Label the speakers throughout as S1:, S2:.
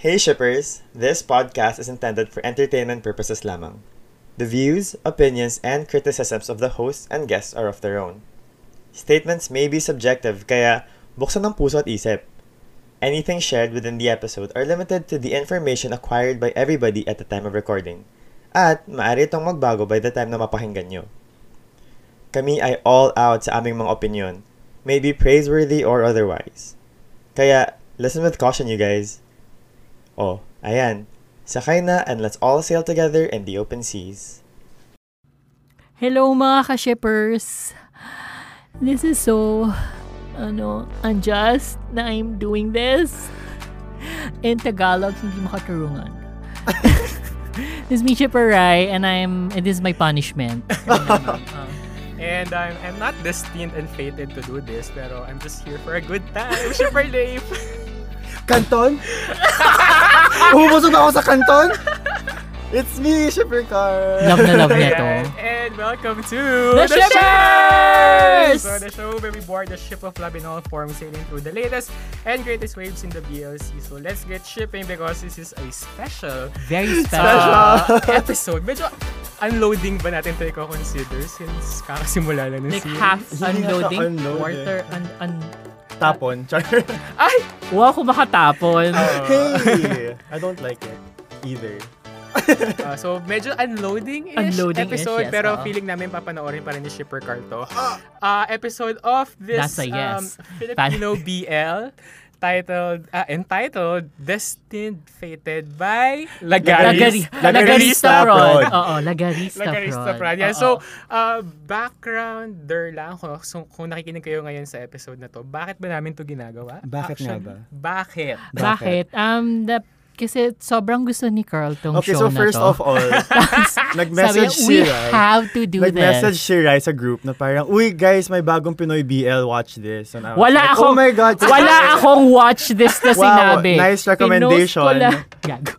S1: Hey shippers! This podcast is intended for entertainment purposes lamang. The views, opinions, and criticisms of the hosts and guests are of their own. Statements may be subjective kaya buksan ng puso at isip. Anything shared within the episode are limited to the information acquired by everybody at the time of recording. At maaari itong magbago by the time na mapakinggan nyo. Kami ay all out sa aming mga opinion, may be praiseworthy or otherwise. Kaya, listen with caution you guys. Oh, ayan. Sakay na and let's all sail together in the open seas.
S2: Hello mga ka-shippers! This is so, ano, unjust na I'm doing this. In Tagalog, hindi makaturungan. this is me, Shipper Rai, and I'm, and this is my punishment.
S3: And I'm, I'm not destined and fated to do this, pero I'm just here for a good time. Super Dave!
S4: Kanton? Umusog ako sa kanton?
S1: It's me, Shipper Car!
S2: Love na love niya to.
S3: Ayan. And welcome to
S2: The Shippers!
S3: So the show where we board the ship of love in all forms, sailing through the latest and greatest waves in the BLC. So let's get shipping because this is a special
S2: Very special.
S3: uh, episode. Medyo unloading ba natin tayo consider since kakasimula lang ng
S2: Like
S3: series?
S2: half
S4: Hindi
S2: unloading,
S4: naka-unload eh.
S2: quarter, un, un,
S4: Tapon. Char.
S3: Ay!
S2: wow, kumakatapon.
S4: Oh. hey! I don't like it. Either.
S3: Uh, so, medyo unloading-ish
S2: Unloading-ish,
S3: episode.
S2: yes,
S3: pero
S2: oo.
S3: feeling namin papanoorin pa rin ni Shipper Carl to. Uh, episode of this
S2: That's a yes.
S3: um, Filipino BL titled, uh, entitled Destined Fated by
S2: Lagari,
S3: Lagaris.
S2: Lagarista
S4: Lagarista
S2: Prod.
S4: Prod.
S2: Oo, Lagarista Prod.
S3: Lagarista Prad. Yeah,
S2: Oo.
S3: so, uh, backgrounder lang kung, so, kung nakikinig kayo ngayon sa episode na to, bakit ba namin to ginagawa?
S4: Bakit nga ba?
S3: Bakit?
S2: Bakit? Um, the, kasi sobrang gusto ni Carl tong
S4: Okay,
S2: show
S4: so first
S2: na to.
S4: of all,
S2: Sabi
S4: nag-message
S2: niya, we
S4: si Rai.
S2: have to do
S4: Nag-message
S2: this.
S4: si Rai sa group na parang, Uy guys, may bagong Pinoy BL, watch this. And I was
S2: Wala
S4: like,
S2: akong-
S4: Oh my God.
S2: Wala akong watch this na
S4: Wow,
S2: sinabi. Pinost
S4: nice
S2: ko
S4: recommendation.
S2: lang- Gago.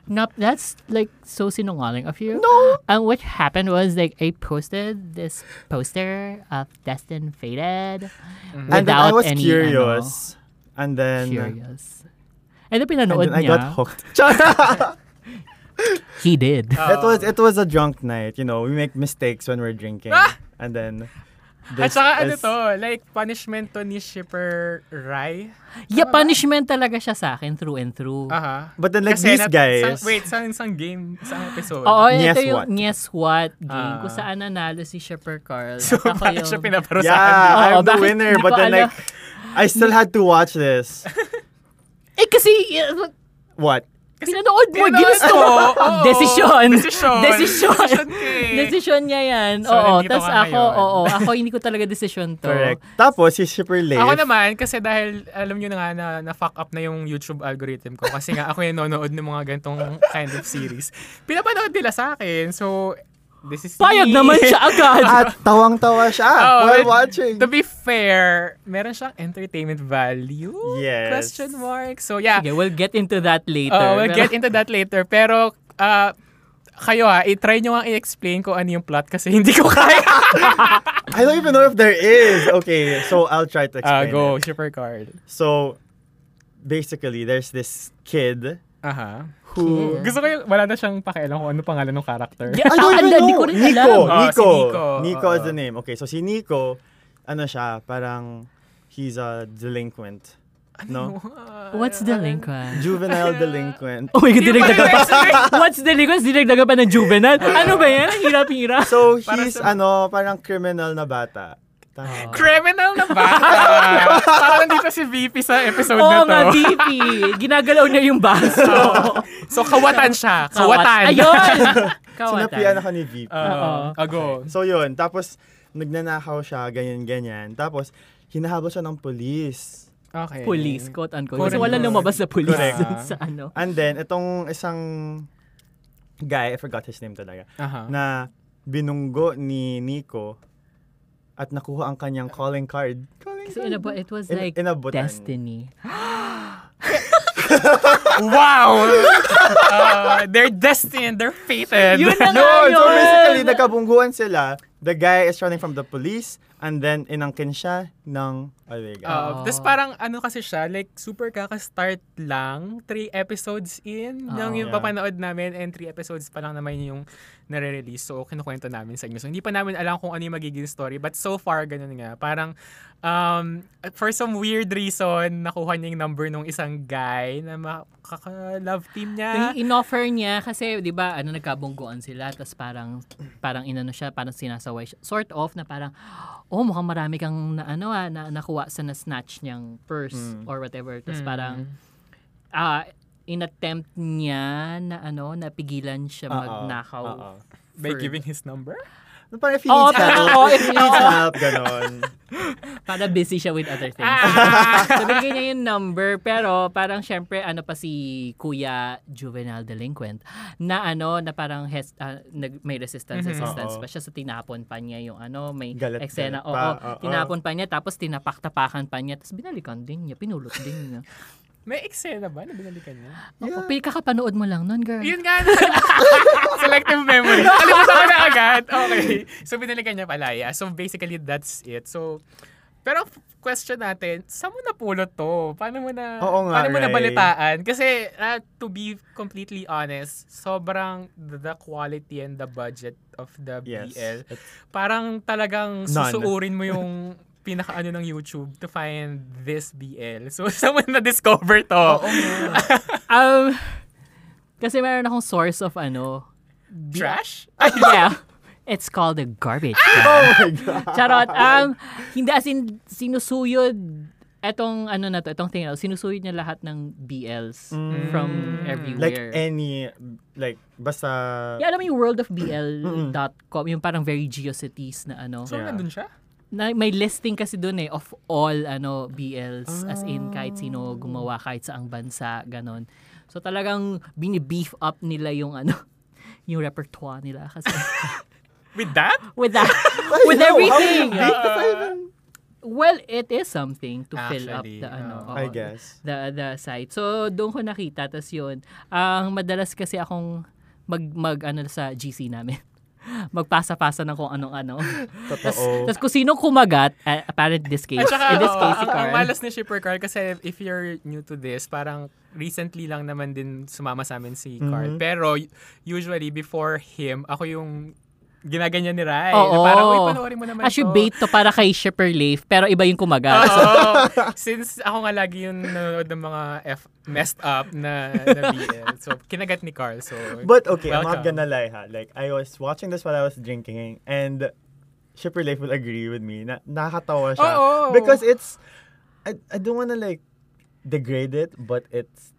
S2: Nap- that's like so sinungaling of you.
S4: No.
S2: And what happened was like I posted this poster of Destin Faded
S4: Mm-hmm. And then I
S2: without
S4: was
S2: any ano,
S4: curious. And then,
S2: curious. And then
S4: and
S2: pinanood
S4: then I
S2: niya.
S4: got hooked. Char.
S2: He did.
S4: It was it was a drunk night, you know. We make mistakes when we're drinking,
S3: Ah!
S4: and then.
S3: At
S4: this
S3: saka ano
S4: is-
S3: to, like punishment to ni Shipper Rai.
S2: yeah, punishment talaga siya sa akin through and through.
S3: Aha.
S4: But then like
S3: Kasi
S4: these
S3: nat-
S4: guys,
S3: sa- wait, saan isang game? Saan episode?
S2: Oo,
S4: Guess
S2: ito yung
S4: what?
S2: Guess What game
S3: Ah.
S2: kung saan nanalo si Shepard Carl.
S3: so,
S2: At ako
S3: bakit
S2: yung-
S3: siya pinaparusahan?
S4: yeah,
S2: Oo,
S3: oh,
S4: I'm the
S2: bakit
S4: winner.
S2: hindi
S4: But
S2: ko
S4: then
S2: alam?
S4: like, I still had to watch this.
S3: Oh.
S2: Eh kasi, eh,
S4: What?
S2: pinanood mo,
S3: Pinanood
S2: ginusto
S3: ko,
S2: mo.
S3: oo.
S2: Desisyon.
S3: Desisyon.
S2: Desisyon.
S3: Desisyon ka eh.
S2: Desisyon niya yan.
S3: So,
S2: oo,
S3: nandito
S2: tas
S3: ka
S2: ako,
S3: ngayon.
S2: oo, ako hindi ko talaga desisyon to.
S4: Correct. Tapos si Shipper Leif.
S3: Ako naman, kasi dahil alam nyo na nga na na-fuck up na yung YouTube algorithm ko. Kasi nga ako yung nanonood ng mga ganitong kind of series. Pinapanood nila sa akin. So, this is
S2: Payag
S3: me.
S2: naman siya agad.
S4: At Ah, tawang-tawa siya
S3: Oh, but
S4: while watching.
S3: To be fair, meron siyang entertainment value?
S4: Yes.
S3: Question mark. So, yeah.
S2: Okay, we'll get into that later.
S3: Oh, we'll
S2: Pero-
S3: get into that later. Pero, ah, kayo ha, i-try nyo nga i-explain ko ano yung plot kasi hindi ko kaya.
S4: I don't even know if there is. Okay, so I'll try to
S3: Ah,
S4: explain.
S3: go,
S4: it.
S3: shipper card.
S4: So, basically, there's this kid
S3: Aha.
S4: who.
S2: Kid?
S3: Gusto ko yung, wala na siyang pakialam kung ano pangalan ng character.
S2: Yeah,
S4: I don't
S2: ang
S4: even
S2: dami
S4: know.
S2: Ah, ko rin
S4: Nico.
S2: alam.
S3: Oh,
S4: Nico.
S3: si Nico. Oh.
S4: Nico is
S3: Oo.
S4: the name. Okay, so si Nico, ano siya, parang he's a delinquent. No?
S2: What's the link, man?
S4: Juvenile delinquant.
S2: Oh my God,
S3: Hindi ko
S2: dinagdaga pa.
S3: ma-explain.
S2: What's the link? Dinagdaga pa ng juvenile. Ano ba yan? Ang Hirap-hirap.
S4: So,
S3: Para
S4: he's
S3: sa-
S4: ano, parang criminal na bata. Tama.
S3: Criminal na ba? Parang dito si VP sa episode
S2: Oo
S3: na to.
S2: nga, DP. Ginagalaw niya yung baso.
S3: so, kawatan siya. Kawatan.
S2: Ayun!
S4: Sinapian ako ni VP.
S3: Ah, ah, go.
S4: So, yun. Tapos, nagnanakaw siya, ganyan-ganyan. Tapos, hinahabol siya ng police.
S3: Okay.
S2: Police, quote unquote. Kasi
S3: Correct.
S2: wala lumabas na police
S4: Correct.
S2: dun sa ano.
S4: And then, itong isang guy, I forgot his name talaga,
S3: Aha.
S4: na binunggo ni Nico at nakuha ang kanyang calling card. Calling
S2: Kasi inabo, it was like
S4: In- inabutan.
S2: destiny.
S3: Wow! Ah, they're destined. They're fated.
S2: Yun na
S4: No,
S2: nga yun!
S4: so basically, nagkabungguan sila. The guy is running from the police. And then, inangkin siya ng Orega.
S3: Uh, Tapos parang ano kasi siya, like super kaka-start lang, three episodes in, yung, yung
S4: Yeah.
S3: papanood namin and three episodes pa lang naman yung nare-release. So, kinukwento namin sa inyo. So, hindi pa namin alam kung ano yung magiging story. But so far, ganun nga. Parang, um, for some weird reason, nakuha niya yung number nung isang guy na makaka-love team niya.
S2: Yung in-offer niya kasi 'di ba ano nagkabungguan sila tapos parang parang inano siya parang sinasaway siya sort of na parang oh mukhang marami kang na, ano ah, na nakuha sa na snatch niyang purse or whatever tapos parang ah inattempt niya na ano napigilan siya
S4: Oo,
S2: magnakaw
S4: oo.
S3: By
S2: for-
S3: giving his number?
S4: No, Ano Parang if he
S2: Oo,
S4: needs help,
S2: oo,
S4: if
S2: if-
S4: he needs help, ganon.
S2: para busy siya with other things.
S3: Ah!
S2: so, binigyan niya yung number, pero parang syempre, ano pa si Kuya Juvenile Delinquent, na ano, na parang hes- ah, nag, may resistance,
S3: Mhm.
S2: resistance
S4: Oo.
S2: pa siya. So, tinapon pa niya yung ano, may
S4: Galit,
S2: eksena.
S4: galit
S2: Oo,
S4: pa, oo.
S2: tinapon pa niya, tapos tinapak-tapakan pa niya, tapos binalikan din niya, pinulot din niya.
S3: May eksena ba na binalikan niya?
S2: Oo, pero kakapanood mo lang nun, girl.
S3: Yun nga. Selective memory. Kalimutan ko na agad. Okay. So, binalikan niya pala. Yeah. So, basically, that's it. So, pero f- question natin, saan mo napulot to? Paano mo na,
S4: Oo nga,
S3: paano mo
S4: Ray.
S3: nabalitaan? Kasi, ah, to be completely honest, sobrang the quality and the budget of the
S4: Yes.
S3: BL. Parang talagang
S4: None.
S3: susuurin mo yung pinakaano ng YouTube to find this BL. So, saan mo na-discover to?
S2: Um, kasi meron akong source of ano,
S3: Trash?
S4: Ah,
S2: yeah. It's called a garbage can. Charot. Um, hindi, as in, sinusuyod etong ano na to, etong thing na to, sinusuyod niya lahat ng BLs from everywhere.
S4: Like eh, any, like, basta...
S2: yeah, alam mo yung worldofbl.com, yung parang very geocities na ano.
S3: So,
S4: Yeah.
S3: nandun siya?
S2: na, may listing kasi doon eh of all ano BLs as in kahit sino gumawa kahit saang bansa ganon. So talagang bini-beef up nila yung ano yung repertoire nila kasi
S3: With that?
S2: with that with
S4: How- how
S2: everything.
S4: you beat the five-
S2: Well, it is something to fill up
S3: Actually,
S2: the ano.
S3: oo.
S4: I
S2: oo,
S4: guess.
S2: The the site. So doon ko nakita tas yun. Ang madalas kasi akong mag mag ano sa GC namin. Magpasa-pasa ng kung anong-ano.
S4: Totoo.
S2: Tapos kung sino kumagat, uh, apparent this case,
S3: At saka,
S2: in this
S3: oo,
S2: case, si
S3: ang, ang
S2: Carl.
S3: malas ni Shipper Carl kasi if you're new to this, parang recently lang naman din sumama sa amin si
S2: Mm-hmm.
S3: Carl. Pero y- usually, before him, ako yung ginaganyan ni Rai. Na
S2: Oo.
S3: eh, Parang, uy, panoorin mo naman
S2: As you
S3: to."
S2: bait to para kay Shipper Leif, pero iba yung kumagat.
S3: Oo. Since ako nga lagi yung nanonood ng mga F messed up na, na BL. So, kinagat ni Carl. So,
S4: But okay, I'm not
S3: welcome.
S4: gonna lie ha. Like, I was watching this while I was drinking and Shipper Life will agree with me. Na nakakatawa siya.
S3: Oo.
S4: Because it's, I, I don't wanna like degrade it, but it's,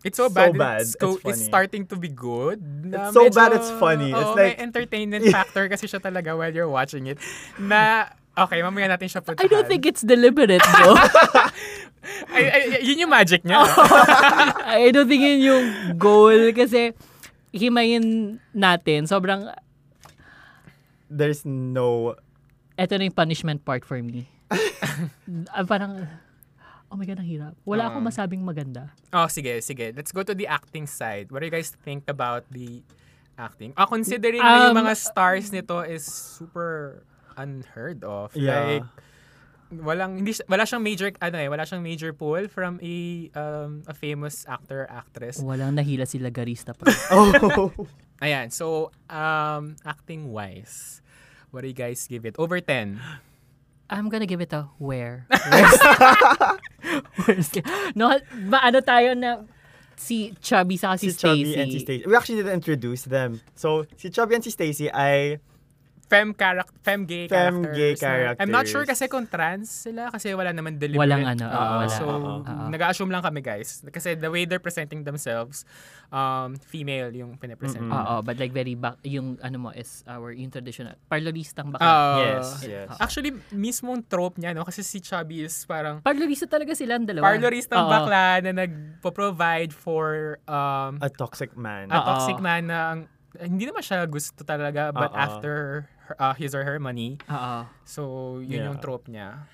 S3: It's so,
S4: So
S3: bad.
S4: bad,
S3: It's, go-
S4: it's funny.
S3: it's starting to be good. na
S4: It's so bad, it's
S3: oo,
S4: funny. It's
S3: may
S4: like-
S3: entertainment factor kasi siya talaga while you're watching it. Na, okay, mamaya natin siya puntahan.
S2: I don't think it's deliberate, though.
S3: Ay, ay, ay, yun yung magic niya.
S2: I don't think yun yung goal. Kasi, himayin natin, sobrang,
S4: there's no,
S2: eto na yung punishment part for me. Ah, parang, oh my God, ang hirap. Wala akong masabing maganda.
S3: oh, sige, sige. Let's go to the acting side. What do you guys think about the acting? Ah, considering na yung
S2: Um,
S3: mga stars nito is super unheard of.
S4: Yeah.
S3: Like, walang hindi siya- wala siyang major ano eh wala siyang major pull from a um, a famous actor actress
S2: Walang nahila sila garista pa.
S4: oh,
S3: Ayan, so um acting wise, what do you guys give it? Over 10.
S2: I'm gonna give it a where. Where's, no, ba, ano tayo na si Chubby sa si,
S4: si Chubby and si Stacy. We actually didn't introduce them. So, si Chubby and si Stacy ay,
S3: Fem character, fem gay
S4: Fem
S3: characters.
S4: gay
S3: na- I'm not sure
S4: characters.
S3: kasi kung trans sila kasi wala naman deliberate.
S2: Walang ano, oo,
S3: Ah,
S2: wala.
S3: So,
S2: Oo, oo.
S3: nag-assume lang kami guys. Kasi the way they're presenting themselves, um, female yung pinapresent.
S4: Mm-mm.
S2: Oo, but like very back, yung ano mo is our yung traditional. Parloristang bakla.
S3: Ah,
S4: yes, yes.
S2: Oo.
S3: Actually, mismong trope niya, no? Kasi si Chubby is parang
S2: Parlorista talaga sila ang dalawa. Oo.
S3: parloristang bakla na nagpo-provide for um,
S4: a toxic man.
S3: a
S2: Oo.
S3: toxic
S4: ah.
S3: man na ang, eh, hindi naman siya gusto talaga but
S4: Oo.
S3: after her- uh, his or her money
S2: Oo.
S3: so yun
S4: Yeah.
S3: yung trope niya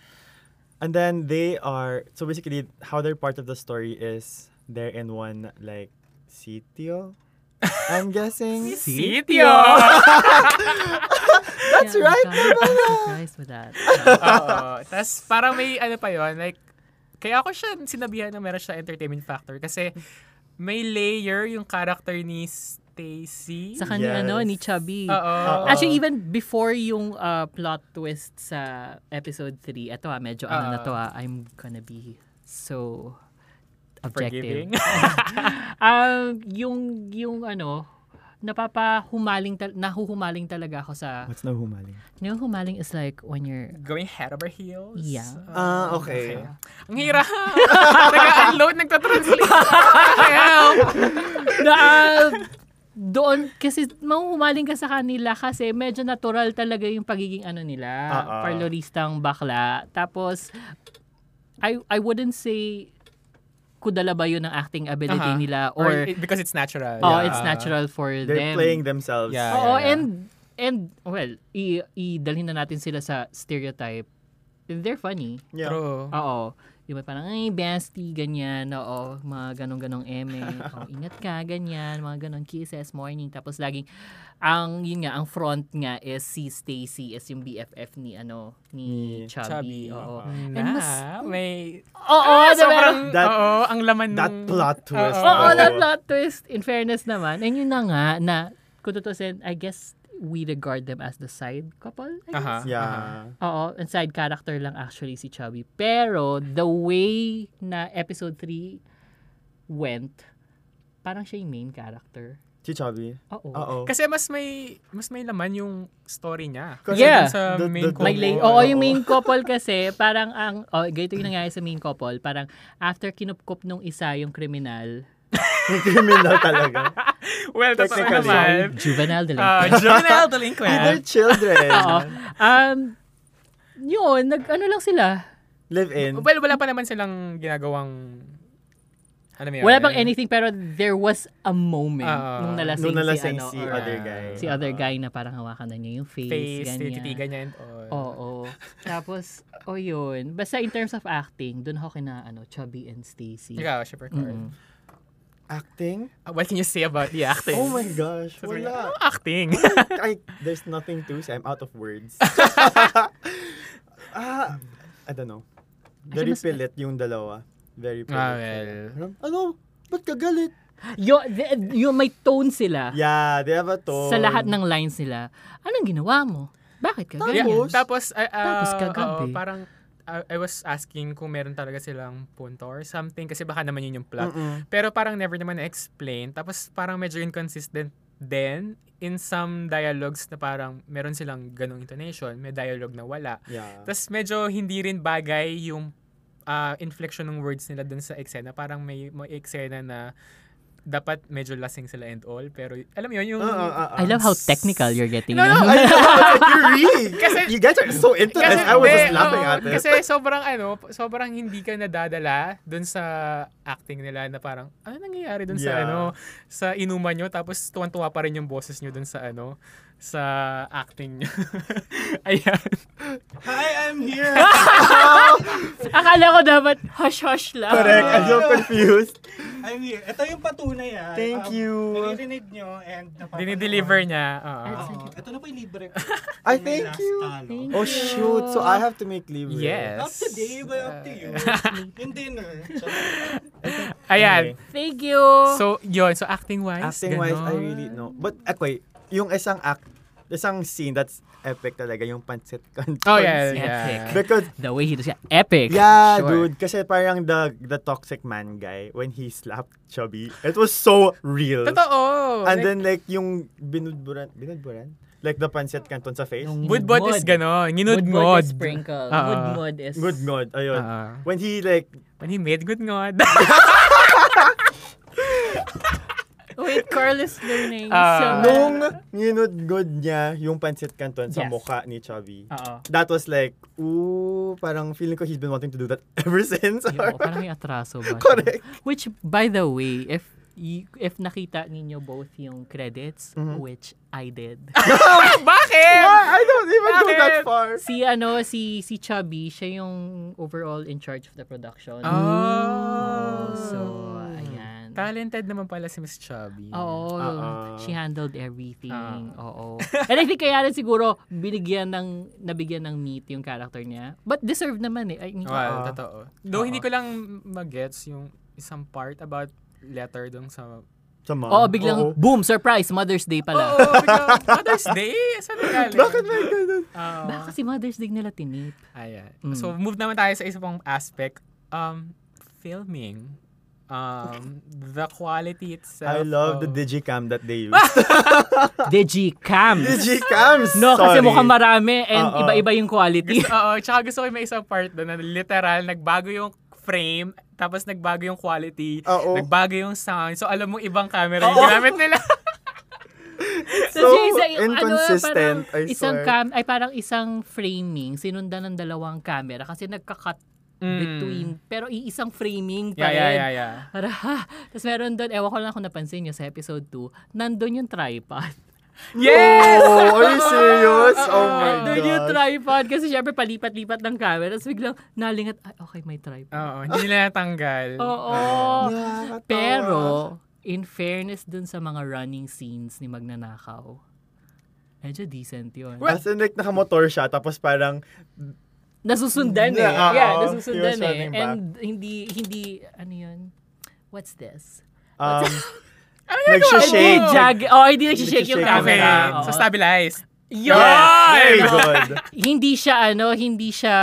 S4: And then they are so basically how they're part of the story is they're in one like sitio. I'm guessing.
S3: sitio
S4: That's
S2: Yeah,
S4: right.
S2: I'm kind of surprised with that. Yeah.
S3: Oo. Tapos parang may ano pa yon like, kaya ako siya sinabihan na meron siya entertainment factor kasi may layer yung character ni Stacy.
S2: Sa
S3: Oh,
S2: Ah, kanya,
S4: Yes.
S2: ano, ni Chubby.
S3: Oo.
S2: Actually, even before yung uh, plot twist sa episode 3, ito ah, medyo ano na to ah, I'm gonna be so objective.
S3: Forgiving.
S2: um, yung, yung ano, napapahumaling, tal- nahuhumaling talaga ako sa,
S4: What's na humaling?
S2: nahuhumaling is like when you're,
S3: Going head over heels.
S2: Yeah.
S4: Ah, okay.
S3: Ang hirap. Nag-unload, nagtatranslate. Help!
S2: na, ah, doon, kasi mahuhumaling ka sa kanila kasi medyo natural talaga yung pagiging ano nila,
S4: Oo.
S2: parloristang bakla. Tapos, I, I wouldn't say kudala ba yun ang acting ability
S3: Aha.
S2: nila
S3: Or,
S2: or,
S3: it- because it's natural.
S2: oh,
S4: yeah.
S2: it's natural for
S4: They're
S2: them.
S4: playing themselves.
S3: Yeah.
S2: Oo, and, and, well, i, idalhin na natin sila sa stereotype. They're funny.
S4: Yeah.
S3: True.
S2: Oo. Yung may parang, ay, bestie, ganyan. Oo, mga ganong-ganong eme. o, ingat ka, ganyan. Mga ganong kisses, morning. Tapos laging, ang, yun nga, ang front nga is si Stacy is yung BFF ni, ano, ni,
S4: Ni
S2: Chubby.
S3: Chubby. Ah.
S2: Oo.
S3: Na,
S2: And mas,
S3: may...
S2: oo,
S3: Ah,
S2: diba?
S3: sobrang,
S4: That-
S3: oo, ang laman ng...
S4: That plot twist.
S2: Oo,
S4: though.
S2: that plot twist. In fairness naman. And yun na nga, na, kung tutusin, I guess, we regard them as the side couple, I guess.
S3: Aha, aha.
S4: Yeah.
S2: Oo, and side character lang actually si Chubby. Pero the way na episode 3 went, parang siya yung main character.
S4: Si Chubby.
S2: Oo.
S4: Oo.
S3: Kasi mas may mas may laman yung story niya.
S4: Kasi
S2: Yeah.
S3: dun Sa
S4: The-
S3: main
S4: the-
S3: ko.
S2: May
S4: Oo,
S2: lay- oo, yung main couple kasi, parang ang, oh, ganito yung nangyari sa main couple, parang after kinupkup nung isa yung kriminal,
S4: Criminal talaga.
S3: Well, totoo
S4: Technically.
S3: naman.
S2: juvenile
S3: Uh,
S2: delinquent.
S3: juvenile
S4: They're
S3: delinquent.
S4: children.
S2: oo. Um, yun, nag, ano lang sila.
S4: Live in.
S3: Well, wala pa naman silang ginagawang... Ano mo yun?
S2: Wala bang anything, pero there was a moment
S3: Oo.
S2: nung nalasing,
S4: Nung nalasing
S2: si,
S4: si
S2: ano, or-
S4: other guy.
S2: si other guy na parang hawakan na niya yung face,
S3: Face,
S2: ganyan. Oh.
S3: tititigan niya and all.
S2: Oo. Tapos, o yun. Basta in terms of acting, dun ako kina ano, Chubby and Stacy.
S3: Ikaw, Shipper Carl.
S2: Mm.
S4: Acting?
S3: Uh, What can you say about the acting?
S4: Oh my gosh. Wala.
S3: Anong acting?
S4: I, there's nothing to say. I'm out of words. ah, I don't know. Very
S2: mas-
S4: pilit yung dalawa. Very pilit.
S3: Ah, well.
S4: Parang, Ano? Ba't ka galit?
S2: Yo, the- yung may tone sila
S4: Yeah, they have a tone.
S2: sa lahat ng lines nila. Anong ginawa mo? Bakit ka
S4: Tapos-
S3: Yeah,
S2: ganyan?
S3: Tapos, uh, uh,
S2: Tapos kagabi.
S3: oo, parang, uh, I was asking kung meron talaga silang punto or something kasi baka naman yun yung plot.
S4: Mm-mm.
S3: Pero parang never naman na-explain. Tapos parang medyo inconsistent then in some dialogues na parang meron silang ganong intonation, may dialogue na wala.
S4: Yeah.
S3: Tapos medyo hindi rin bagay yung ah, inflection ng words nila dun sa eksena. Parang may, may eksena na dapat medyo lasing sila and all. Pero alam mo yun, yung...
S4: Ah, ah, ah, ah.
S2: I love how technical you're getting.
S3: No, no,
S4: I know, I was like, you read.
S3: Kasi-
S4: you guys are so into this. I was
S3: hindi,
S4: just laughing
S3: oo,
S4: at it.
S3: Kasi sobrang ano, sobrang hindi ka nadadala dun sa acting nila na parang, ano nangyayari dun sa
S4: Yeah.
S3: ano, sa inuman nyo, tapos tuwan-tuwa pa rin yung boses nyo dun sa ano, sa acting nyo. Ayan.
S4: Hi, I'm here.
S2: Akala ko dapat hush-hush lang.
S4: Correct. I'm so confused.
S5: I'm here. Ito yung patunay ah.
S4: Thank
S5: Um,
S4: you.
S5: Naririnig nyo and napapanood.
S3: Dinideliver niya. oo.
S5: Oo. ito na po yung libre ko.
S4: I
S5: Yung
S4: thank
S5: last
S4: you.
S5: talo.
S2: Thank
S4: Oh, shoot. So I have to make libre.
S3: Yes.
S5: Not today, but up to you. yung dinner.
S3: Ayan.
S2: Thank you.
S3: So, yun. So, acting-wise,
S4: Acting wise, I
S3: ganon.
S4: really know. But okay, yung isang act, isang scene that's epic talaga yung pancit canton.
S3: Oh, yeah,
S4: scene.
S3: yeah.
S2: Epic.
S4: Because
S2: The way he does it, epic.
S4: yeah,
S3: Sure.
S4: dude, kasi parang the the toxic man guy when he slapped Chubby, it was so real.
S3: Totoo.
S4: And
S3: Like,
S4: then like yung binudburan, binudburan? Like the pancit canton sa face.
S3: Budbod is ganon. Nginudngod.
S2: is sprinkle.
S3: Oo.
S2: Woodmod is...
S4: Good God, ayun.
S3: Oo.
S4: When he like,
S3: Uh-huh. When he made gudngod.
S2: Wait, Carl is learning.
S3: Ah.
S2: so,
S4: nung nginudgod niya yung pancit canton sa
S2: Yes.
S4: mukha ni Chubby,
S3: Oo.
S4: that was like, ooh, parang feeling ko he's been wanting to do that ever since.
S2: Yo, parang may atraso ba? siya?
S4: Correct.
S2: Which, by the way, if y- if nakita ninyo both yung credits,
S4: Mm-hmm.
S2: which I did.
S3: Bakit?
S4: I don't even go
S3: Bakit?
S4: that far.
S2: si ano, si si Chubby, siya yung overall in charge of the production.
S3: Oh.
S2: So, ayan.
S3: Talented naman pala si Miss Chubby.
S2: Oo.
S4: Ah, ah.
S2: She handled everything.
S3: Ah.
S2: Oo. And I think kaya rin siguro binigyan ng, nabigyan ng meat yung character niya. But deserved naman eh. I mean,
S3: Well,
S4: Ah.
S3: totoo.
S2: Oo.
S3: Though hindi ko lang magets yung isang part about letter dong sa...
S4: Sa mom.
S2: Oo, biglang,
S4: Oo.
S2: boom, surprise, Mother's Day pala.
S3: Oo, bigla- Mother's Day! Saan nagaling?
S4: Bakit may ganun?
S3: Oo.
S2: Baka si Mother's Day nila tinip.
S3: Ayan.
S2: Mm.
S3: So, move naman tayo sa isa pang aspect. Um, filming. Um, the quality itself. Oh.
S4: I love the
S3: of-
S4: digicam that they used.
S2: Digicam.
S4: digicams!
S2: No, kasi
S4: Sorry.
S2: mukhang marami and
S4: Oo.
S2: iba-iba yung quality.
S3: Oo, tsaka gusto ko yung may isang part doon na literal, nagbago yung frame, tapos nagbago yung quality,
S4: Oo.
S3: nagbago yung sound. So, alam mo, ibang camera yung ginamit nila.
S2: So,
S4: So
S2: parang
S4: inconsistent, I
S2: ano, isang
S4: swear.
S2: cam, ay parang isang framing, sinundan ng dalawang camera kasi nagka-cut
S3: Mm.
S2: between, pero iisang framing pa rin.
S3: Yeah, yeah, yeah, yeah.
S2: Para, ha? Tapos meron doon, ewan ko lang kung napansin nyo sa episode 2, nandun yung tripod.
S3: Yes!
S4: Oh, are you serious? Oh my
S2: nandun yung
S4: god.
S2: tripod kasi syempre palipat-lipat ng camera. Tapos biglang nalingat, ay, okay, may tripod.
S3: Oo, hindi nila natanggal.
S4: Oh.
S2: Oo.
S4: Nakakatawa.
S2: Pero, in fairness dun sa mga running scenes ni Magnanakaw, medyo decent yun.
S3: Well-
S4: As in, like, nakamotor siya, tapos parang,
S2: Nasusundan eh.
S4: Yeah,
S2: yeah,
S4: oo.
S2: nasusundan
S4: He was
S2: eh.
S4: running back.
S2: And hindi, hindi, ano yun? What's this?
S4: um,
S3: Ano ginagawa mo?
S2: Hindi
S4: nagsha-shake.
S2: jag. Oh, hindi nagsishake yung
S4: Nagsishake
S3: Okay.
S2: camera.
S3: So,
S2: Oo.
S3: stabilized.
S2: Yun!
S4: Very
S2: Oo.
S4: good.
S2: Hindi siya, ano, hindi siya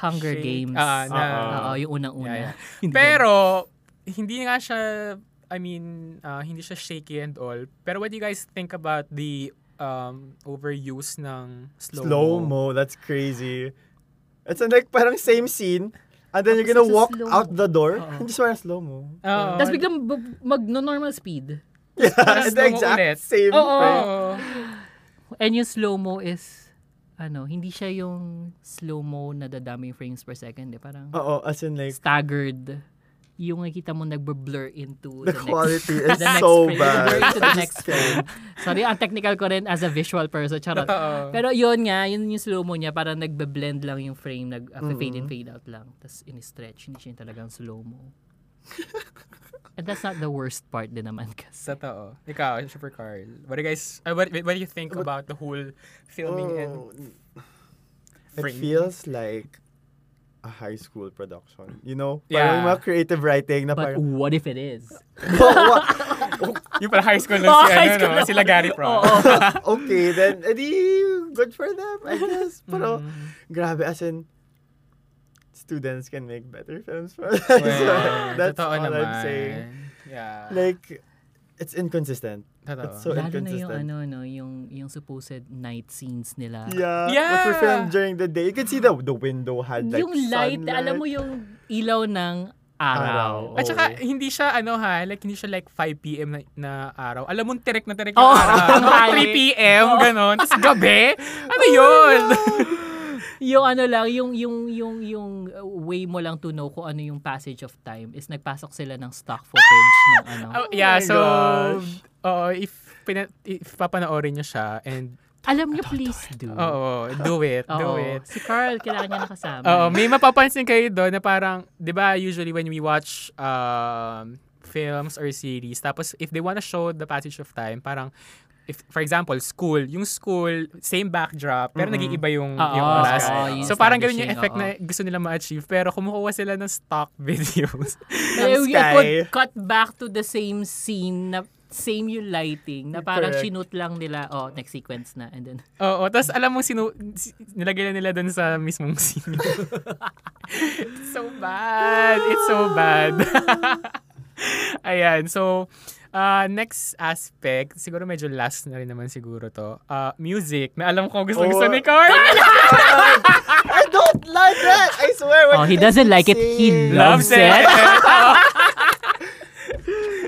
S2: Hunger
S3: Shake.
S2: Games.
S3: Ah, na,
S2: Oo, yung unang-una.
S3: Yeah, yeah.
S2: Hindi
S3: Pero, hindi nga siya, I mean, uh, hindi siya shaky and all. Pero what do you guys think about the um, overuse ng slow-mo?
S4: Slow-mo, that's crazy. It's in, like, parang same scene, and then you're
S2: Tapos
S4: gonna
S2: it's a
S4: walk
S2: slow-mo.
S4: out the door,
S2: Oo.
S4: and just parang slow-mo.
S3: Oo.
S2: Tapos biglang bu- mag-normal speed.
S4: Yeah,
S3: parang
S4: it's the
S3: slow-mo
S4: exact
S3: ulit.
S4: same.
S2: Oo.
S4: thing.
S3: Oo.
S2: And yung slow-mo is, ano, hindi siya yung slow-mo na dadaming frames per second. Eh. Parang
S4: Oo, as in, like,
S2: staggered. Yung nakikita mo nagbe-blur into the,
S4: the
S2: next
S4: quality is
S2: the next
S4: so
S2: frame.
S4: bad.
S2: Blur into the
S4: I
S2: next
S4: just can't.
S2: Sorry, ang technical ko rin as a visual person. Charot.
S3: Totoo.
S2: Pero yun nga, yun yung slow-mo niya, parang nagbe-blend lang yung frame, nag uh, fade in, fade out lang. Tapos in-stretch, hindi siya yung talagang slow-mo. And that's not the worst part din naman kasi.
S3: Totoo. Ikaw, Super Carl. What do you guys, uh, what, what do you think about the whole filming and
S4: Oh, It
S3: frame?
S4: feels like a high school production. You know?
S3: Yeah.
S4: Parang yung mga creative writing na
S2: But
S4: parang, "Oh,
S2: what if it is?
S3: Yung pala high school na
S2: Oh,
S3: si,
S2: high
S3: ano,
S2: school
S3: no?
S2: na-
S3: sila Gary Pro.
S2: Oo.
S4: okay, then, edi, good for them, I guess. Pero, grabe, as in, students can make better films for us.
S3: Well,
S4: That's
S3: totoo
S4: all
S3: naman.
S4: I'm saying.
S3: Yeah.
S4: Like, it's inconsistent.
S3: totoo.
S4: it's so-
S2: Lalo na yung
S4: inconsistent.
S2: ano, no, yung, yung supposed night scenes nila.
S4: Yeah. But
S3: Yeah.
S4: for film during the day, you can see the the window had like
S2: yung light, alam mo yung ilaw ng araw.
S4: Araw.
S3: At saka,
S4: Oo.
S3: hindi siya, ano ha, like, hindi siya like 5 p.m. Na, na araw. Alam mo, tirik na tirik
S2: Oo.
S3: na araw.
S2: Tanghali.
S3: 3 p.m., ganon. Tapos gabi? Ano yun?
S2: Yung ano lang, yung, yung, yung, yung uh, way mo lang to know kung ano yung passage of time is nagpasok sila ng stock footage ng ano.
S3: Oh, yeah,
S4: my
S3: so,
S4: gosh.
S3: oo, if, pina- if papanoorin nyo siya, and,
S2: Alam niyo, please do.
S3: oo, do it, Oh, do
S2: Mm. Oo.
S3: it.
S2: Si Carl, kailangan niya nakasama.
S3: Oo, may mapapansin kayo doon na parang, di ba, usually when we watch um, films or series, tapos if they wanna show the passage of time, parang, if for example, school, yung school, same backdrop, pero nag-iiba yung,
S2: Oo,
S3: yung
S2: oo,
S3: oras.
S2: oo, yung
S3: so parang ganun yung
S2: establishing,
S3: effect
S2: oo.
S3: na gusto nila ma-achieve, pero kumukuha sila ng stock videos.
S2: Kaya
S4: Ang
S2: we could
S4: sky.
S2: cut back to the same scene na same yung lighting na parang
S4: Correct.
S2: sinut lang nila. Oh, next sequence na. And then,
S3: Oo, tapos alam mo, sinu- si- nilagay na nila doon sa mismong scene. It's so bad. It's so bad. Ayan, so, uh, next aspect, siguro medyo last na rin naman siguro to, uh, music, na alam ko gusto gusto
S4: Oh.
S3: ni Carl.
S4: I don't like that. I swear.
S2: oh, he
S4: when you
S2: doesn't like it. He
S4: see-
S2: loves it.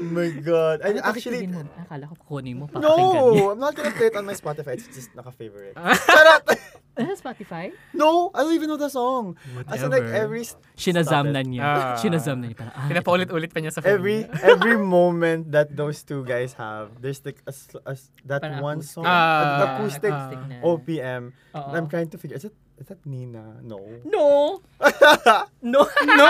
S4: Oh my god. I actually,
S2: Tingin mo, akala ko kukunin mo. pakinggan niya.
S4: no. I'm not gonna play it on my Spotify. It's just naka-favorite. Charot.
S2: Ah, Spotify?
S4: no, I don't even know the song. As in like every
S2: Shinazam
S4: Stop it.
S2: na niya.
S3: Ah.
S2: Shinazam na niya. Parang, ah,
S3: Pinapaulit-ulit pa niya sa phone.
S4: every every moment that those two guys have, there's like a, sl- a s- that
S2: Parang
S4: one
S2: acoustic.
S4: song,
S3: Ah,
S4: acoustic Oh,
S3: acoustic
S2: na.
S4: OPM.
S2: Oo.
S4: I'm trying to figure. Is it Is that Nina? No.
S2: No! No!
S3: No!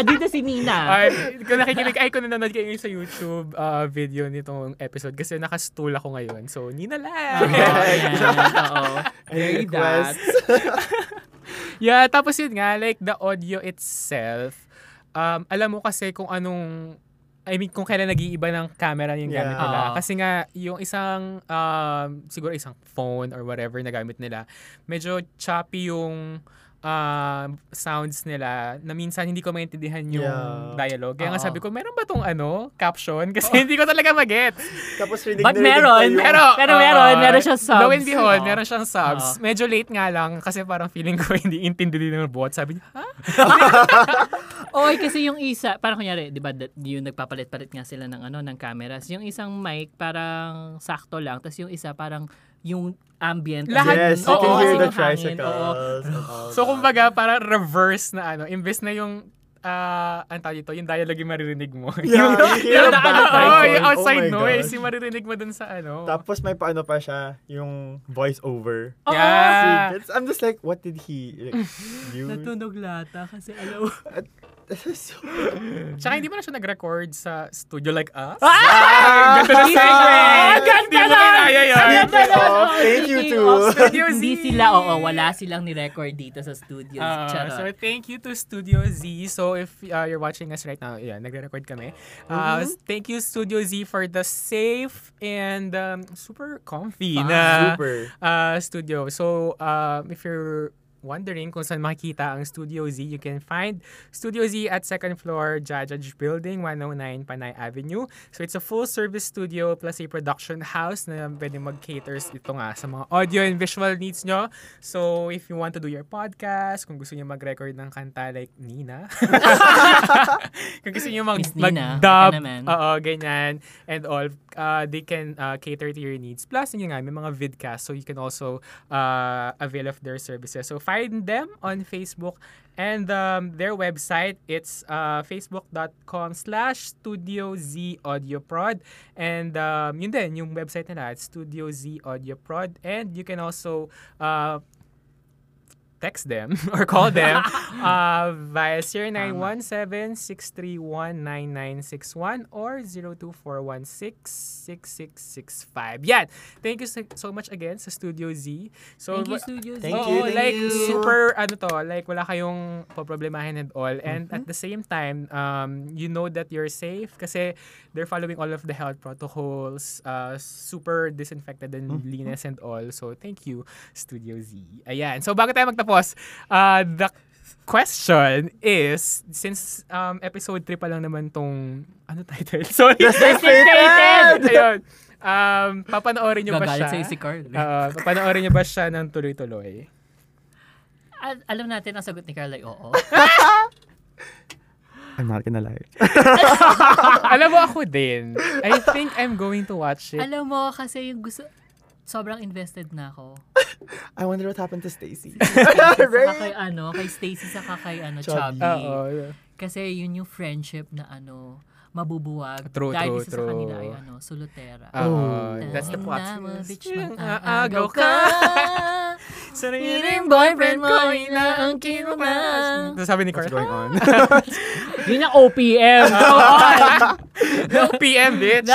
S2: Adida si Nina.
S3: Ay, kung nakikinig, ay, kung nanonood kayo sa YouTube ah, video nitong episode kasi nakastool ako ngayon. So, Nina lang.
S2: Ayan, oo.
S4: Any
S2: Very that.
S4: requests?
S3: yeah, tapos yun nga, like the audio itself, um, alam mo kasi kung anong, I mean, kung kailan nag-iiba ng camera yung
S4: Yeah.
S3: gamit nila.
S2: Oo.
S3: Kasi nga, yung isang, um, siguro isang phone or whatever na gamit nila, medyo choppy yung um, sounds nila na minsan hindi ko maintindihan yung
S4: Yeah.
S3: dialogue. Kaya nga
S2: Oo.
S3: sabi ko, meron ba tong ano, caption? Kasi hindi ko talaga mag-get.
S4: Tapos rinig
S2: But
S4: na rinig
S2: meron,
S4: ko yung-
S2: meron. Pero meron,
S3: oo.
S2: meron siyang subs.
S3: Lo and behold,
S2: Oo.
S3: meron siyang subs. Medyo late nga lang kasi parang feeling ko hindi intindi din ng bot. Sabi niya, ha?
S2: Oy, kasi yung isa, parang kunyari, di ba, that- yung nagpapalit-palit nga sila ng ano, ng cameras. Yung isang mic, parang sakto lang. Tapos yung isa, parang yung ambient.
S3: Lahat-
S4: Yes, you
S3: Oo,
S4: can hear
S3: kasi
S4: the
S2: yung hangin,
S4: tricycles.
S2: oo.
S4: and all
S3: So
S4: that.
S3: kumbaga parang reverse na ano, imbes na yung ah ang tawag dito, yung dialogue yung maririnig mo. yung,
S4: Yeah, you hear
S2: yung
S4: a
S2: na-
S4: bad
S2: ano,
S3: oh,
S4: cycle.
S3: yung outside
S4: my
S3: noise,
S4: gosh.
S3: yung maririnig mo dun sa ano.
S4: Tapos may paano pa siya, yung voice over.
S2: Oo.
S3: Yeah.
S4: That's- I'm just like, what did he, like, you?
S2: Natunog lata kasi alam.
S4: This is so-
S3: Tsaka hindi mo na siya nag-record sa studio like us.
S2: Ah!
S3: Ganda na segue!
S2: Ah, ganda
S3: Hindi mo
S2: lang!
S3: kinaya yun.
S2: Ang ganda lang!
S4: off.
S2: Oo,
S4: Oh, Thank you
S2: speaking
S4: to-
S2: of
S3: Studio Z.
S2: Hindi sila, oo, wala silang ni-record dito sa studios.
S3: Ah, so
S2: Charot.
S3: thank you to Studio Z. So if uh, you're watching us right now, yeah, nagre-record kami. Uh, Thank you Studio Z for the safe and um, super comfy
S2: Fun.
S3: na
S4: Super.
S3: uh, studio. So, um, if you're wondering kung saan makikita ang Studio Z, you can find Studio Z at second floor Jajaj Building, 109 Panay Avenue. So, it's a full-service studio plus a production house na pwede mag-caters ito nga sa mga audio and visual needs nyo. So, if you want to do your podcast, kung gusto nyo mag-record ng kanta like Nina, kung gusto nyo mag-
S2: Miss Nina, okay
S3: mag-dub,
S2: naman.
S3: oo, ganyan, and all, uh, they can uh, cater to your needs. Plus, yun nga, may mga vidcast, so you can also uh, avail of their services. So, find them on Facebook and um, their website. It's uh, facebook.com slash Studio Z Audio Prod. And um, yun din, yung website nila, it's Studio Z Audio Prod. And you can also uh, text them or call them uh, via 0917-631-9961 or 02416-6665. Yan. Thank you so, so much again sa Studio Z. So,
S2: Thank you,
S3: wa-
S2: studios.
S4: Thank
S3: Oo,
S4: you,
S3: like
S4: thank you.
S3: super ano to, like wala kayong poproblemahin and all. And
S4: Mm-hmm.
S3: at the same time, um you know that you're safe kasi they're following all of the health protocols, uh super disinfected and
S4: Mm-hmm.
S3: linis and all. So thank you Studio Z. Ayan. So bago tayo magtapos, uh the question is since um episode 3 pa lang naman tong ano title? Sorry.
S2: Destinated!
S3: Ayun. Um papanoorin niyo ba
S2: Gagalit
S3: siya?
S2: sa'yo si Carl.
S3: Ah, papanoorin niyo ba siya ng tuloy-tuloy?
S2: Al- alam natin ang sagot ni Carl ay oo.
S4: I'm not gonna lie.
S3: Alam mo ako din. I think I'm going to watch it.
S2: alam mo, kasi yung gusto, sobrang invested na ako.
S4: I wonder what happened to Stacy.
S2: Saka
S4: Right?
S2: kay ano, kay Stacy saka kay ano, Chubby.
S4: Chubby.
S3: Ah,
S4: Oh.
S3: Oo.
S2: Kasi yun yung friendship na ano, mabubuwag.
S3: True,
S2: dahil
S3: true,
S2: isa
S3: true. Ah,
S2: sa kanila ay ano, solutera.
S3: Oo, that's the plot.
S2: Tama, bitch,
S3: Yung
S2: mag-aagaw
S3: aagaw
S2: ka.
S3: Sariling boyfriend mo, ina ang kinumas. So, sabi ni
S4: What's
S3: Carl,
S4: going on?
S2: yun ang OPM. Go on.
S3: no PM, bitch.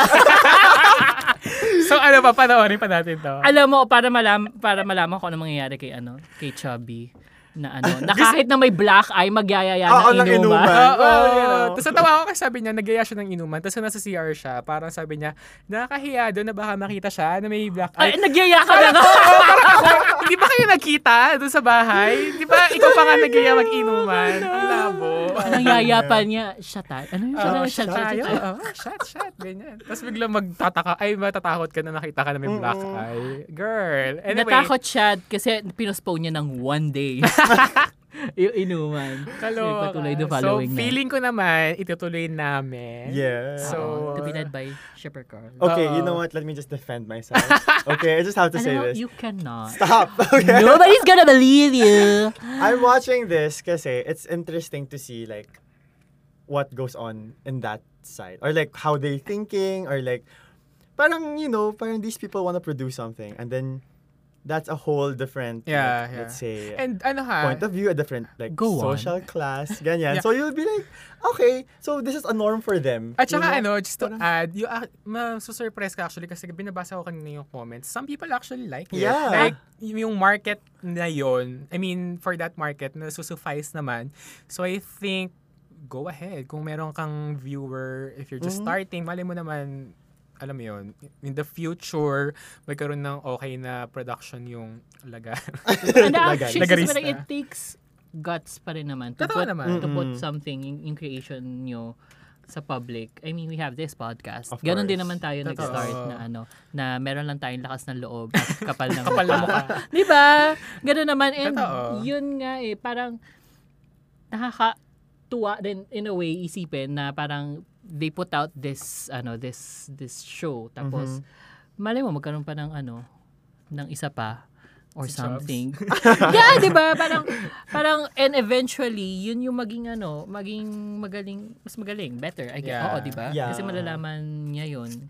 S3: so, ano pa, panoorin pa natin to.
S2: Alam mo, para malam para malaman ko ano mangyayari kay ano, kay Chubby na ano, na kahit na may black eye, magyayaya
S4: Oo,
S2: ng
S4: ng
S2: inuman.
S4: inuman.
S3: Oo.
S4: Well, you
S3: oo.
S4: know.
S3: Tapos natawa ako kasi sabi niya, nagaya siya ng inuman. Tapos nung nasa CR siya, parang sabi niya, nakakahiya doon na baka makita siya na may black
S2: Ay,
S3: eye.
S2: nagyaya ka na no?
S3: Hindi ba kayo nagkita doon sa bahay? Di ba ikaw pa nga nagaya mag-inuman? Ang labo.
S2: Anong yaya pa niya? Shatan? Ano yung shatan?
S3: Oh,
S2: shut
S3: shot tayo. Oh, shot, shot. Ganyan. Tapos biglang magtataka. Ay, matatakot ka na nakita ka na may black eye. Girl. Anyway.
S2: Natakot siya kasi pinospone niya ng one day. yung inuman.
S3: Kaloka.
S2: May patuloy the following
S3: So, feeling ko naman, itutuloy namin.
S4: yeah.
S2: night.
S3: so, Oh, uh,
S2: Oo, to be led by Shipper Carl.
S4: Okay,
S3: Uh-oh.
S4: you know what? Let me just defend myself. Okay, I just have to
S2: Alam
S4: say
S2: mo,
S4: this.
S2: you cannot.
S4: Stop. Okay.
S2: Nobody's gonna believe you.
S4: I'm watching this kasi it's interesting to see like what goes on in that side or like how they thinking or like parang you know parang these people want to produce something and then that's a whole different, like,
S3: Yeah, yeah.
S4: let's say,
S3: And ano ha?
S4: point of view, a different like
S3: Go on.
S4: social class, ganyan.
S3: Yeah.
S4: So you'll be like, okay, so this is a norm for them.
S3: At saka
S4: You know?
S3: ano, just to
S4: Diba? parang-
S3: add, you, uh, masusurprise ka actually kasi binabasa ko kanina yung comments. Some people actually like it.
S4: Yeah.
S3: Like, y- yung market na yon I mean, for that market, nasusufice naman. So I think, go ahead. Kung meron kang viewer, if you're just
S4: Mm-hmm.
S3: starting, mali mo naman, alam mo yun, in the future, magkaroon ng okay na production yung laga.
S2: And
S4: Lagay.
S2: actually,
S3: Lagarista.
S2: parang it takes guts pa rin naman to,
S3: Totoo
S2: put,
S3: naman.
S2: to put something in, in creation nyo sa public. I mean, we have this podcast.
S4: Of
S2: Ganon din
S4: course.
S2: naman tayo
S3: Totoo.
S2: nag-start na ano, na meron lang tayong lakas ng loob at kapal ng
S3: Kapal na
S2: mukha.
S3: mukha.
S2: Di ba? Ganun naman. And
S3: Totoo.
S2: yun nga eh, parang nakakatuwa rin in a way isipin na parang they put out this ano this this show tapos malay mo magkaroon pa ng ano ng isa pa or
S3: Si Chubbs.
S2: something. yeah, 'di ba? Parang parang and eventually yun yung maging ano, maging magaling, mas magaling, better. I guess.
S3: Yeah.
S2: Oo, 'di ba?
S4: Yeah.
S2: Kasi malalaman niya yun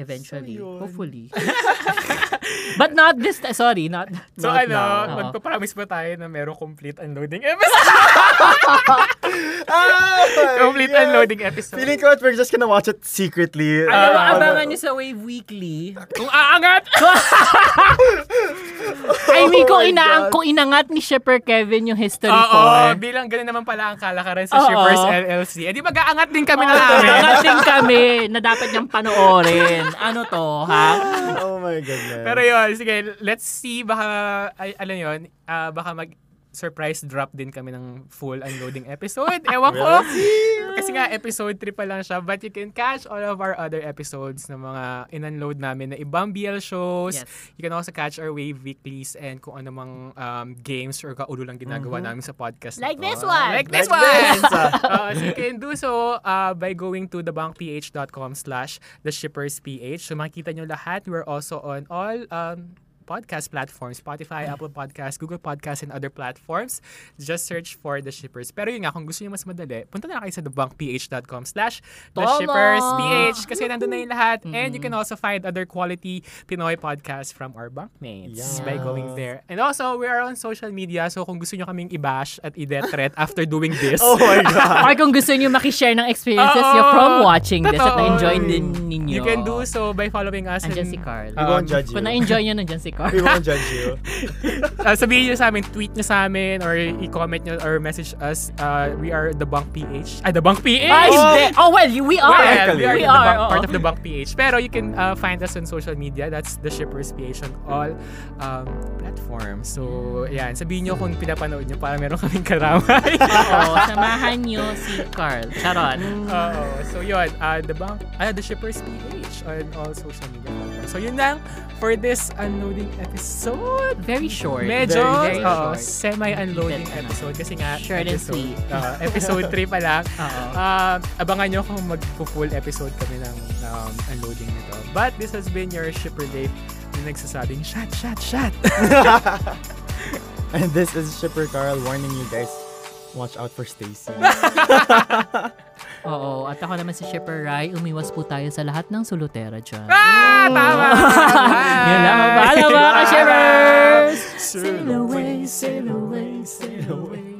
S2: eventually,
S4: So, yun.
S2: hopefully. But not this, ti- sorry, not
S3: So
S4: Not
S3: ano,
S4: now.
S2: Oo.
S3: magpapromise po tayo na merong complete unloading episode.
S4: Ah,
S3: complete
S4: yes.
S3: unloading episode.
S4: Feeling ko at we're just gonna watch it secretly.
S2: Pero
S4: Uh,
S3: ano,
S2: abangan nyo sa Wave Weekly.
S3: Kung aangat!
S2: I mean, kung,
S4: my
S2: inaang,
S4: God.
S2: kung inangat ni Shepard Kevin yung history
S3: Oh Oo,
S2: for.
S3: bilang ganun naman pala ang kalakaran sa
S2: Oo.
S3: Shippers LLC. Eh di mag-aangat din kami na namin.
S2: Inangat din kami na dapat niyang panoorin. Ano to, ha?
S4: oh my goodness.
S3: Pero yun, sige, let's see. Baka, ay, alam yun, ah, baka mag surprise drop din kami ng full unloading episode. Ewan ko. Kasi nga, episode 3 pa lang siya. But you can catch all of our other episodes ng mga in-unload namin na ibang BL shows.
S2: Yes.
S3: You can also catch our Wave Weeklies and kung ano mang um, games or kaulo lang ginagawa namin sa podcast.
S2: Mm-hmm. Like
S3: na to.
S2: this one.
S3: Like this
S4: Like
S3: one!
S4: this, ah.
S3: Diba? Uh, so you can do so uh, by going to thebankph.com slash theshippersph. So makikita nyo lahat. We're also on all um, podcast platforms, Spotify, Apple Podcasts, Google Podcasts, and other platforms. Just search for The Shippers. Pero yun nga, kung gusto nyo mas madali, punta na lang kayo sa thebankph.com slash theshippersph kasi nandun na yung lahat. And you can
S2: Mm-hmm.
S3: also find other quality Pinoy podcasts from our bankmates
S4: Yeah.
S3: by going there. And also, we are on social media. So kung gusto nyo kaming i-bash at i-detret after doing this,
S4: oh my god.
S2: Or kung gusto niyo makishare ng experiences
S3: Oo.
S2: niyo from watching this at
S3: Totoo.
S2: na-enjoy din ninyo.
S3: You can do so by following us.
S2: Andyan
S3: and-
S2: si Carl.
S4: We won't
S3: Um,
S4: judge you.
S2: Kung na-enjoy niyo, nandyan si
S4: We
S2: Carl.
S4: won't judge you.
S3: Uh, sabihin nyo sa amin, tweet nyo sa amin, or i-comment nyo, or message us. Uh, we are the Bunk PH. Ah, the Bunk PH!
S2: Ay, hindi. Oh, well, we are.
S3: Well, we are,
S2: we
S3: the
S2: are.
S3: Bunk-
S2: oo.
S3: part of the Bunk PH. Pero you can uh, find us on social media. That's the Shippers PH on all um, platforms. So, yan. Sabihin nyo kung pinapanood nyo para meron kaming karamay.
S2: Oo, samahan niyo si Carl. Charot.
S3: Oo. So, yun. Uh, the Bank, ah, the Shippers PH on all social media platforms. So, yun lang for this unloading episode.
S2: Very short.
S3: Medyo
S2: very, very
S3: oo,
S2: short.
S3: semi-unloading
S2: Detailed na.
S3: episode kasi nga
S2: Short and
S3: episode,
S2: sweet.
S3: oo, episode 3 pa lang.
S2: Oo.
S3: Ah, abangan nyo kung mag-full episode kami ng um, unloading nito. But this has been your shipper Dave na nagsasabing, shot, shot, shot!
S4: And this is Shipper Carl warning you guys, watch out for Stacy.
S2: Oo, at ako naman si Shipper Rai, umiwas po tayo sa lahat ng sulutera dyan.
S3: ah, tama!
S2: Yan lamang paalam mga ka-shippers!
S4: Sail away, sail away, sail away.